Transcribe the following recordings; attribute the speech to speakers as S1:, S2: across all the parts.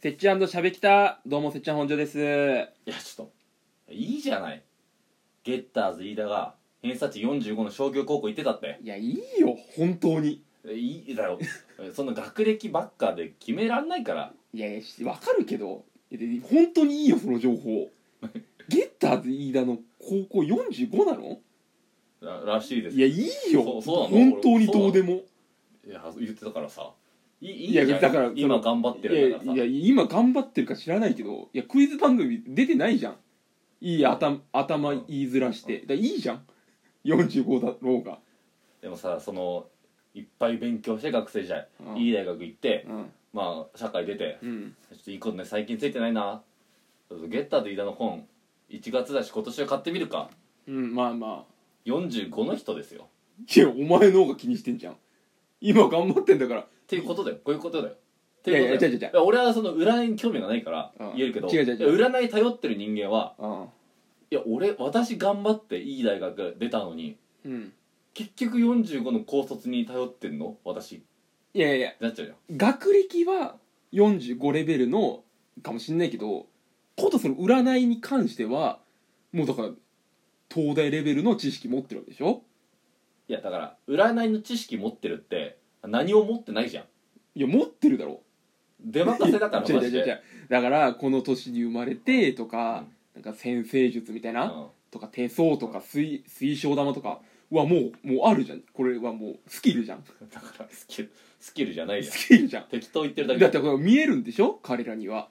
S1: せっちゃんとしゃべきたどうもせっちゃん本庄です
S2: いやちょっといいじゃないゲッターズ飯田が偏差値45の商業高校行ってたって
S1: いやいいよ本当に
S2: えいいだろ えそんな学歴ばっかで決めらんないから
S1: いやいやしわかるけどいやで本当にいいよその情 報ゲッターズ飯田の高校45なの
S2: ららしいです
S1: いやいいよ
S2: そうそうなの
S1: 本当にどうでも
S2: いや言ってたからさいいい
S1: い
S2: じゃ
S1: や
S2: ん
S1: だから
S2: 今
S1: そ
S2: 頑張って
S1: いや
S2: るんだからさ
S1: いや今頑張ってるか知らないけどいやクイズ番組出てないじゃんいい頭頭言いづらしてだからいいじゃん45だろうが、
S2: でもさそのいっぱい勉強して学生時代、
S1: うん
S2: いい大学行って、
S1: うん
S2: まあ社会出て、
S1: うん、
S2: ちょっといいことね最近ついてないなゲッターズ飯田の本1月だし今年は買ってみるか
S1: うん、まあまあ
S2: 45の人ですよ
S1: いやお前の方が気にしてんじゃん今頑張ってんだから
S2: っていうことだよこういうことだよって
S1: いやいや
S2: うことだ
S1: 違
S2: よ
S1: う違う違う
S2: や俺はその占いに興味がないから
S1: うん
S2: 言えるけど、
S1: 違う違う違う
S2: いや占い頼ってる人間は
S1: あ
S2: いや俺私頑張っていい大学出たのに
S1: うん
S2: 結局45の高卒に頼ってんの私って
S1: いやいやいや
S2: なっちゃうじゃん
S1: 学歴は45レベルのかもしんないけどことその占いに関してはもうだから東大レベルの知識持ってるわけでしょ
S2: いやだから占いの知識持ってるって何を持ってないじゃん
S1: いや持ってるだろ
S2: 出任せだか ら
S1: 違う
S2: マジ
S1: 違う違
S2: で
S1: うだからこの年に生まれてとか、なんか先生術みたいな、
S2: うん
S1: とか手相とか水水晶玉とかはもうもうあるじゃんこれはもうスキルじゃん
S2: だからスキルスキルじゃないじゃん
S1: スキルじゃん
S2: 適当言ってるだけ
S1: だってこれ見えるんでしょ彼らには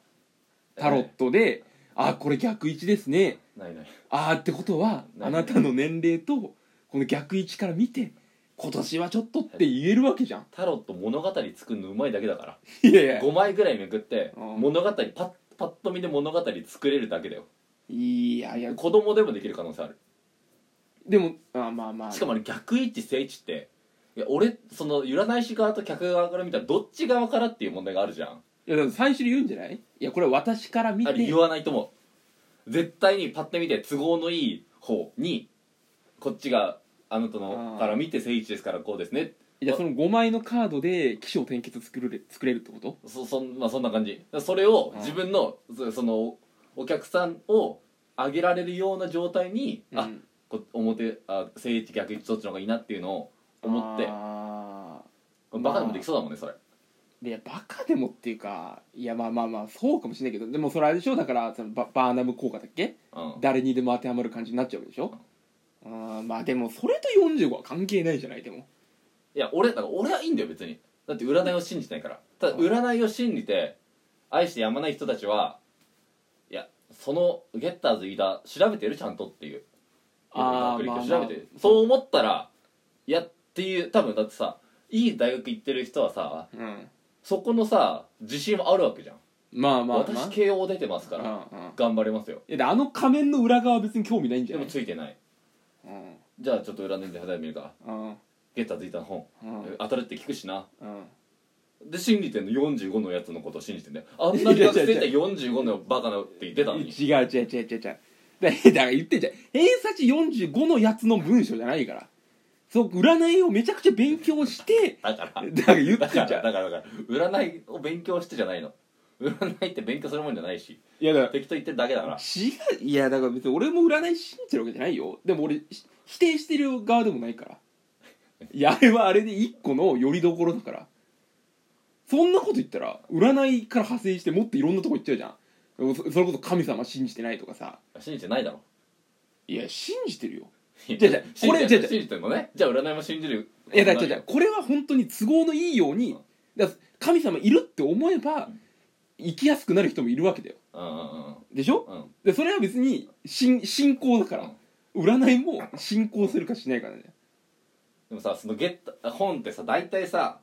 S1: タロットで、あこれ逆位置ですね
S2: ないない
S1: ああってことはあ
S2: 何
S1: なたの年齢とこの逆位置から見て今年はちょっとって言えるわけじゃん
S2: タロット物語作るのうまいだけだから
S1: いやいや
S2: 5枚ぐらいめくって
S1: うん
S2: 物語パッパッと見で物語作れるだけだよ
S1: いやいや
S2: 子供でもできる可能性ある
S1: でもあまあまあ
S2: しかもあれ逆位置正位置っていや俺その占い師側と客側から見たらどっち側からっていう問題があるじゃん
S1: いやだから最初に言うんじゃないいやこれは私から見
S2: あ
S1: て
S2: れ言わないと思う絶対にパッと見て都合のいい方にこっちがあなた
S1: あ
S2: の
S1: ー
S2: から見て正位置ですからこうですね
S1: じゃあその5枚のカードで起承転結作れる作れるってこと
S2: そそん,、まあ、そんな感じそれを
S1: うん
S2: 自分のそそのお客さんを上げられるような状態に、
S1: う
S2: あ
S1: ん
S2: こ表あ正位置逆位置どっちの方がいいなっていうのを思って
S1: あ
S2: バカでもできそうだもんねそれ
S1: ーでバカでもっていうかいやまあまあまあそうかもしれないけどでもそれあれでしょだからそのババーナム効果だっけ
S2: うん
S1: 誰にでも当てはまる感じになっちゃうわけでしょあーまあでもそれと45は関係ないじゃないでも
S2: いや俺だから俺はいいんだよ別にだって占いを信じてないからただ
S1: うん
S2: 占いを信じて愛してやまない人たちはいやそのゲッターズ飯田調べてるちゃんとっていう
S1: あー
S2: 学歴を
S1: まあ
S2: 調
S1: まあ
S2: べてる、そう思ったらいやっていう多分だってさいい大学行ってる人はさ
S1: うん
S2: そこのさ自信もあるわけじゃん、
S1: まあまあまあ
S2: 私慶応出てますから、
S1: うんうん
S2: 頑張れますよ
S1: いやであの仮面の裏側は別に興味ないんじ
S2: で
S1: ゃな
S2: も
S1: い
S2: ついてない
S1: うん
S2: じゃあちょっと占いで肌見るか
S1: うん
S2: ゲッターズ飯田の本、
S1: うん
S2: 当たるって聞くしな
S1: うん
S2: で信じてんの45のやつのことを信じてんだよあんなに学生って45のバカなって出たのに
S1: 違う違う違う違う違 うだだから言ってんじゃん偏差値45のやつの文章じゃないからそう占いをめちゃくちゃ勉強して
S2: だから
S1: だから言って
S2: だ
S1: ん
S2: か
S1: じゃ
S2: らだ
S1: ん
S2: からだから占いを勉強してじゃないの占いって勉強するもんじゃないし
S1: いやだから
S2: 適当言ってるだけだから
S1: 違ういやだから別に俺も占い信じてるわけじゃないよでも俺し否定してる側でもないから いやあれはあれで一個のよりどころだからそんなこと言ったら占いから派生してもっといろんなとこ行っちゃうじゃんでもそそれこそ神様信じてないとかさ
S2: 信じてないだろ
S1: いや信じてるよ
S2: い
S1: 違う違うこれ
S2: 信じて
S1: 違う違う
S2: 信じてんのねじゃあ占いも信じる
S1: いやだから違う違うこれは本当に都合のいいようにだから神様いるって思えば生きやすくなる人もいるわけだよ
S2: うんうんうん
S1: でしょ
S2: うん
S1: でそれは別に信信仰だから占いも信仰するかしないかね
S2: でもさそのゲッタ本ってさ大体さ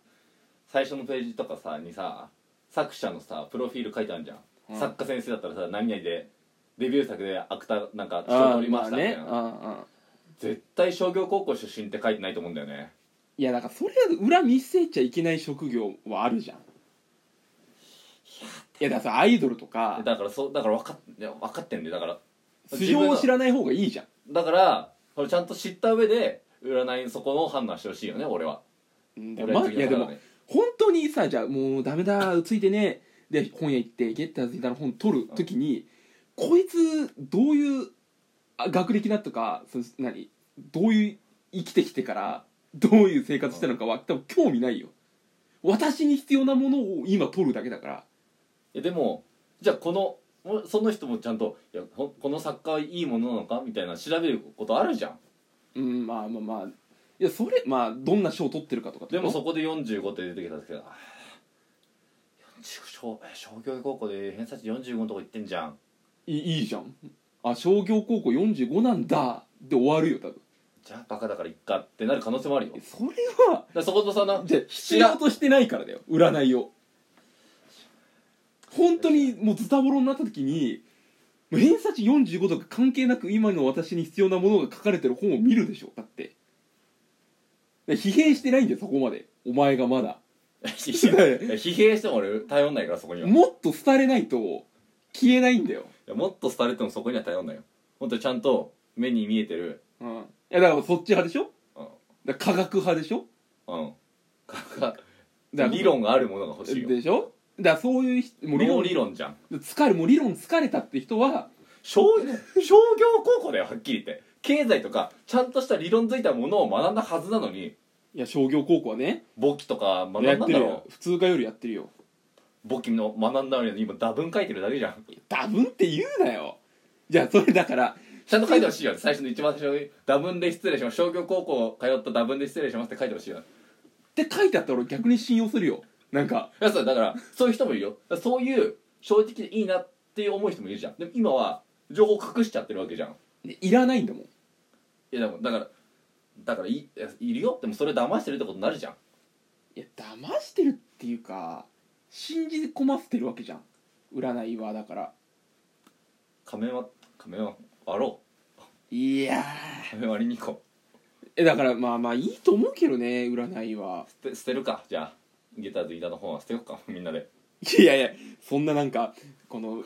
S2: 最初のページとかさにさ作者のさプロフィール書いてあるじゃん、
S1: うん
S2: 作家先生だったらさ何々でデビュー作で芥なんか賞
S1: あ
S2: 取りましたみたいな、
S1: ああ
S2: 絶対商業高校出身って書いてないと思うんだよね
S1: いやなんかそれは裏見せちゃいけない職業はあるじゃんいやだからさアイドルとか
S2: だからそうだから分かっいや分かってんだよだから
S1: 素性を知
S2: ら
S1: らない方がいいじゃん
S2: だからそれちゃんと知った上で占いにそこの判断してほしいよね俺は
S1: うんで
S2: 俺
S1: も
S2: は
S1: まいやでも
S2: ね
S1: 本当にさじゃあもうダメだついてねえで本屋行ってゲッターズみたいな本取る時に、こいつどういうあ学歴だとかその何どういう生きてきてからどういう生活したのかは多分興味ないよ私に必要なものを今取るだけだから
S2: えでもじゃあこのもその人もちゃんといやほんこの作家はいいものなのかみたいな調べることあるじゃ
S1: う
S2: ん
S1: んまあまあまあいやそれまあどんな賞を取ってるかとかって
S2: で
S1: こと
S2: もそこで45って出てきたんですけどあー45商商業高校で偏差値45のとこ行ってんじゃん
S1: いいいじゃんあ商業高校45なんだで終わるよ多分
S2: じゃあバカだからいっかってなる可能性もあるよだか
S1: それは
S2: らそことさな
S1: じゃあ必要としてないからだよ占いを本当にもうズタボロになった時にもう偏差値45とか関係なく今の私に必要なものが書かれてる本を見るでしょだってで疲弊してないんだよそこまでお前がまだ
S2: 疲弊しても俺頼んないからそこには
S1: もっと廃れないと消えないんだよ、
S2: いやもっと廃れてもそこには頼んないよ本当にちゃんと目に見えてる
S1: うん、いやだからそっち派でしょ
S2: うん
S1: だから科学派でしょ
S2: うんかか
S1: だから
S2: 理論があるものが欲しいよ
S1: でしょだからそういう人もう理
S2: もう
S1: 論
S2: 理論じゃん
S1: 疲れもう理論疲れたって人は
S2: 商商業高校だよはっきり言って経済とかちゃんとした理論づいたものを学んだはずなのに
S1: いや商業高校はね
S2: 簿記とか学ん
S1: やっ
S2: だん
S1: て
S2: だ
S1: る
S2: ろ
S1: よ普通科よりやってるよ
S2: 簿記の学んだのに今打分書いてるだけじゃん
S1: 多分って言うなよじゃあそれだから
S2: ちゃんと書いてほしいよね最初の一番最初に「打分で失礼します商業高校通った打分で失礼します」って書いてほしいよね
S1: って書いてあったら俺逆に信用するよなんか
S2: いやそうだからそういう人もいるよだからそういう正直でいいなって思う人もいるじゃんでも今は情報を隠しちゃってるわけじゃん
S1: ねいらないんだもん
S2: いやでもだからだからいいやいるよでもそれ騙してるってことになるじゃん
S1: いや騙してるっていうか信じ込ませてるわけじゃん占いはだから
S2: 仮面は仮面は割ろ
S1: いや
S2: う仮面割りに行こ
S1: ーえだからまあまあいいと思うけどね占いは
S2: う捨て捨てるかじゃあギターとギターの本は捨てようか みんなで
S1: いやいやそんななんかこの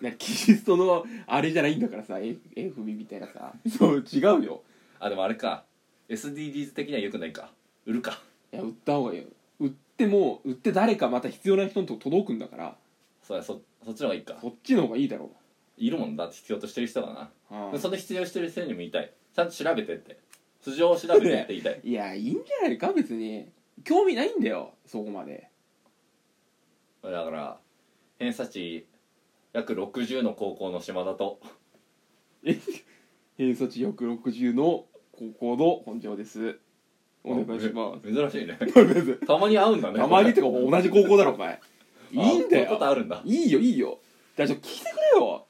S1: なキリストのあれじゃないんだからさ F- FB みたいなさそう違うよ
S2: あでもあれか SDGs 的には良くないか売るか
S1: いや売った方がいいよ売っても売って誰かまた必要な人のとこ届くんだから
S2: そりゃそそっちの方がいいか
S1: そっちの方がいいだろ
S2: いるもんだって必要としてる人だな、
S1: う、
S2: でその必要してる人にも言いたいちゃんと調べてって素性を調べて って言いたい
S1: いやいいんじゃないか別に興味ないんだよそこまで
S2: だから偏差値約60の高校の島田と
S1: 偏差値約60の高校の本庄ですお願いしま
S2: 珍しいね
S1: す
S2: たまに会うんだね
S1: たまにってか
S2: これ
S1: 同じ高校だろお前い
S2: あ
S1: いんだ
S2: こういうこと
S1: よ
S2: あるんだ
S1: いいよいいよじゃあちょっと聞いてくれよ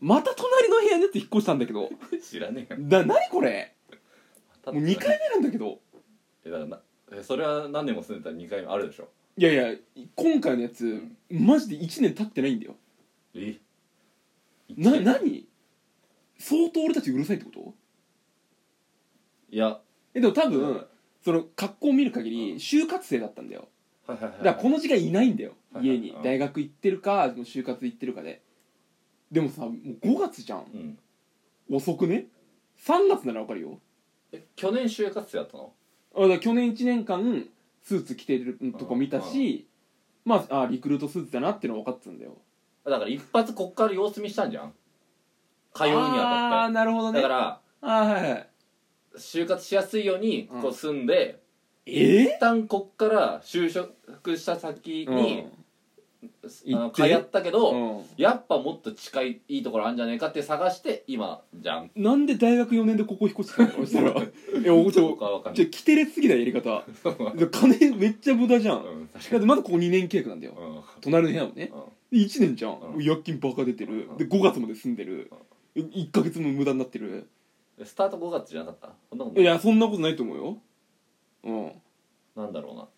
S1: また隣の部屋のやつ引っ越したんだけど
S2: 知らねえよ
S1: な何これもう2回目なんだけど
S2: えだからなえそれは何年も住んでたら2回目あるでしょ
S1: いやいや今回のやつマジで1年経ってないんだよ
S2: え
S1: な何相当俺たちうるさいってこと
S2: いやは
S1: えでも多
S2: う
S1: 分
S2: ん
S1: その格好を見る限り就活生だったんだよ
S2: いはいはい
S1: だからこの時間いないんだよ
S2: はいはい
S1: 家に
S2: うん
S1: 大学行ってるかもう就活行ってるかででもさもう5月じゃん
S2: うん
S1: 遅くね3月ならわかるよ
S2: え去年就活生だったの
S1: あだから去年1年間スーツ着てるとこ見たしまああリクルートスーツだなってのは分かってたんだよ
S2: あだから一発こっから様子見したんじゃん通うに
S1: ああ
S2: あ
S1: ーなるほ
S2: た
S1: ど
S2: って
S1: ね
S2: だから
S1: あーはいはい
S2: 就活しやすいように
S1: うん
S2: こう住んで、
S1: ええ
S2: 一旦こっから就職した先に、
S1: 行
S2: あの
S1: って
S2: 通ったけど、
S1: うん
S2: やっぱもっと近いいいところあるんじゃねえかって探して今じゃん
S1: なんで大学4年でここ引っ越してきたのそしたら いやおちょ
S2: 僕は分かんな
S1: ちょ
S2: い
S1: 着てれすぎだよやり 方で金めっちゃ無駄じゃん、
S2: うん確か
S1: だってまだここ2年契約なんだよ
S2: にうん
S1: 隣の部屋もね
S2: うん
S1: 1年じゃん、
S2: うん
S1: 薬金バカ出てる、
S2: うん
S1: で5月まで住んでる、1ヶ月も無駄になってる、
S2: でスタート5月じゃなかったこんなこと
S1: い
S2: ない
S1: やそんなことないと思うようん
S2: なんだろうな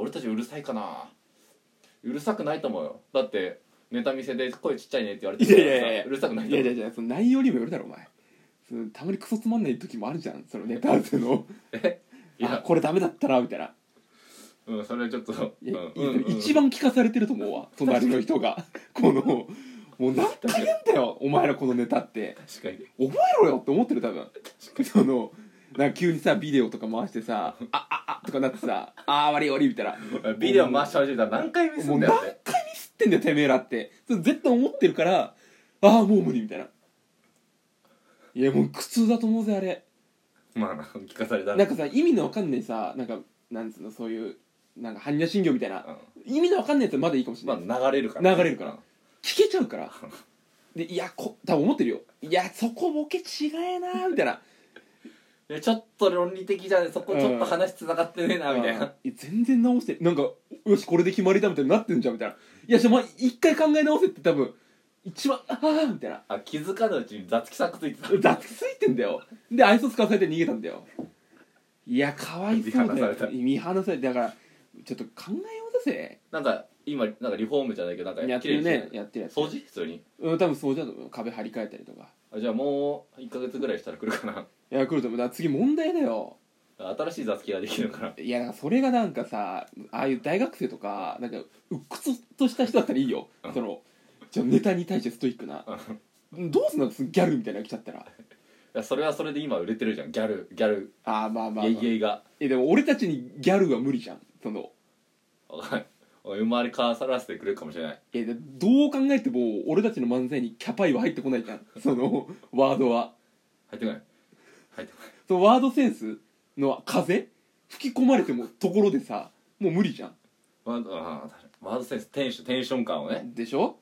S2: 俺たちうるさいかなうるさくないと思うよだってネタ見せで声ちっちゃいねって言われて
S1: いやいやいや
S2: うるさくない
S1: い
S2: と
S1: や
S2: 思
S1: いうやいやその内容にもよるだろお前そのたまにクソつまんない時もあるじゃんそのネタ合わせの
S2: いや
S1: あこれダメだったなみたいな
S2: うんそれはちょっと
S1: いや
S2: うん
S1: いや
S2: うんうん
S1: 一番聞かされてると思うわ隣の人がこのもう何回言うんだよお前らこのネタって
S2: 確かに
S1: 覚えろよって思ってる多分そのなんか急にさビデオとか回してさ「あああとかなってさ「ああ悪い悪い」みたいな
S2: ビデオ回し始めたら何回見す
S1: も
S2: ん
S1: う
S2: だ
S1: 何
S2: よって
S1: 回ミスってんだよてめえらって絶対思ってるからああもう無理みたいないやもう苦痛だと思うぜあれ
S2: まあな聞かされた
S1: なんかさ意味のわかんないさなんかなんつうのそういうなんか般若心経みたいな意味のわかんないやつはまだいいかもしれ
S2: ま
S1: な
S2: あ
S1: い、
S2: 流れるから
S1: 流れるから聞けちゃうからでいやこ多分思ってるよいやそこボケ違えなみたいな
S2: うんいやちょっと論理的じゃねそこちょっと話つながってねえな みたいな
S1: うん全然直してなんかよしこれで決まりだみたいになってんじゃんみたいないやじゃあまあ一回考え直せって多分一番ああみたいな
S2: あ気づかぬうちに雑気さくついてた
S1: ざつついてんだよで愛想使わされて逃げたんだよいやかわいそうだ
S2: 見放さ
S1: よ
S2: れた
S1: 見放されてだからちょっと考えようぜ
S2: なんか今なんかリフォームじゃないけどなんか
S1: やって
S2: 綺
S1: る
S2: 麗にして
S1: ねやってるやつ
S2: 掃除普通に
S1: うん多分そうじゃん壁張り替えたりとか
S2: あじゃあもう1か月ぐらいしたら来るかな
S1: いや来ると思うだから次問題だよ
S2: 新しい雑気ができるから
S1: いやだからそれがなんかさああいう大学生とかなんか鬱屈とした人だったらいいよ
S2: うん
S1: そのじゃあネタに対してストイックなどうすんのギャルみたいなの来ちゃったら
S2: いやそれはそれで今売れてるじゃんギャルギャル
S1: ああまあまあ、まあ、
S2: イェイイェイが
S1: えでも俺たちにギャルは無理じゃんその
S2: わかんないおい生まれ変わらせてくれるかもしれない
S1: えでどう考えても俺たちの漫才にキャパイは入ってこないじゃんそのワードは
S2: 入ってこない入ってこない
S1: そのワードセンスの風吹き込まれてもところでさもう無理じゃん
S2: ワードあーワードセンステンションテンション感をね
S1: でしょ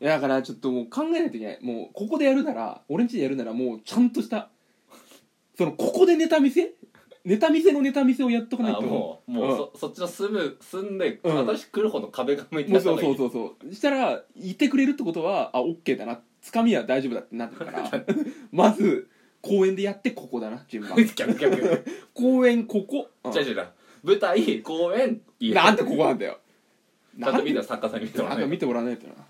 S1: いやだからちょっともう考えないといけないもうここでやるなら俺んちでやるならもうちゃんとしたそのここでネタ見せネタ見せのネタ見せをやっとかない
S2: あ
S1: と
S2: もうもう、
S1: うん
S2: そそっちの住む住んで、
S1: うん
S2: 新しく来る方の壁が向いて
S1: も
S2: や
S1: う
S2: った
S1: そ
S2: 方
S1: う
S2: がい
S1: そう
S2: い
S1: そうそうしたらいてくれるってことはあオッケーだなつかみは大丈夫だってなってるから まず公演でやってここだな順 番
S2: 逆逆
S1: 公演ここ、うん
S2: 違う違う違う舞台公演家
S1: なんでここなんだよ
S2: ちゃんと見たら作家さんに見ても
S1: なん
S2: らわな
S1: か
S2: い
S1: 見
S2: と
S1: てもらわないとな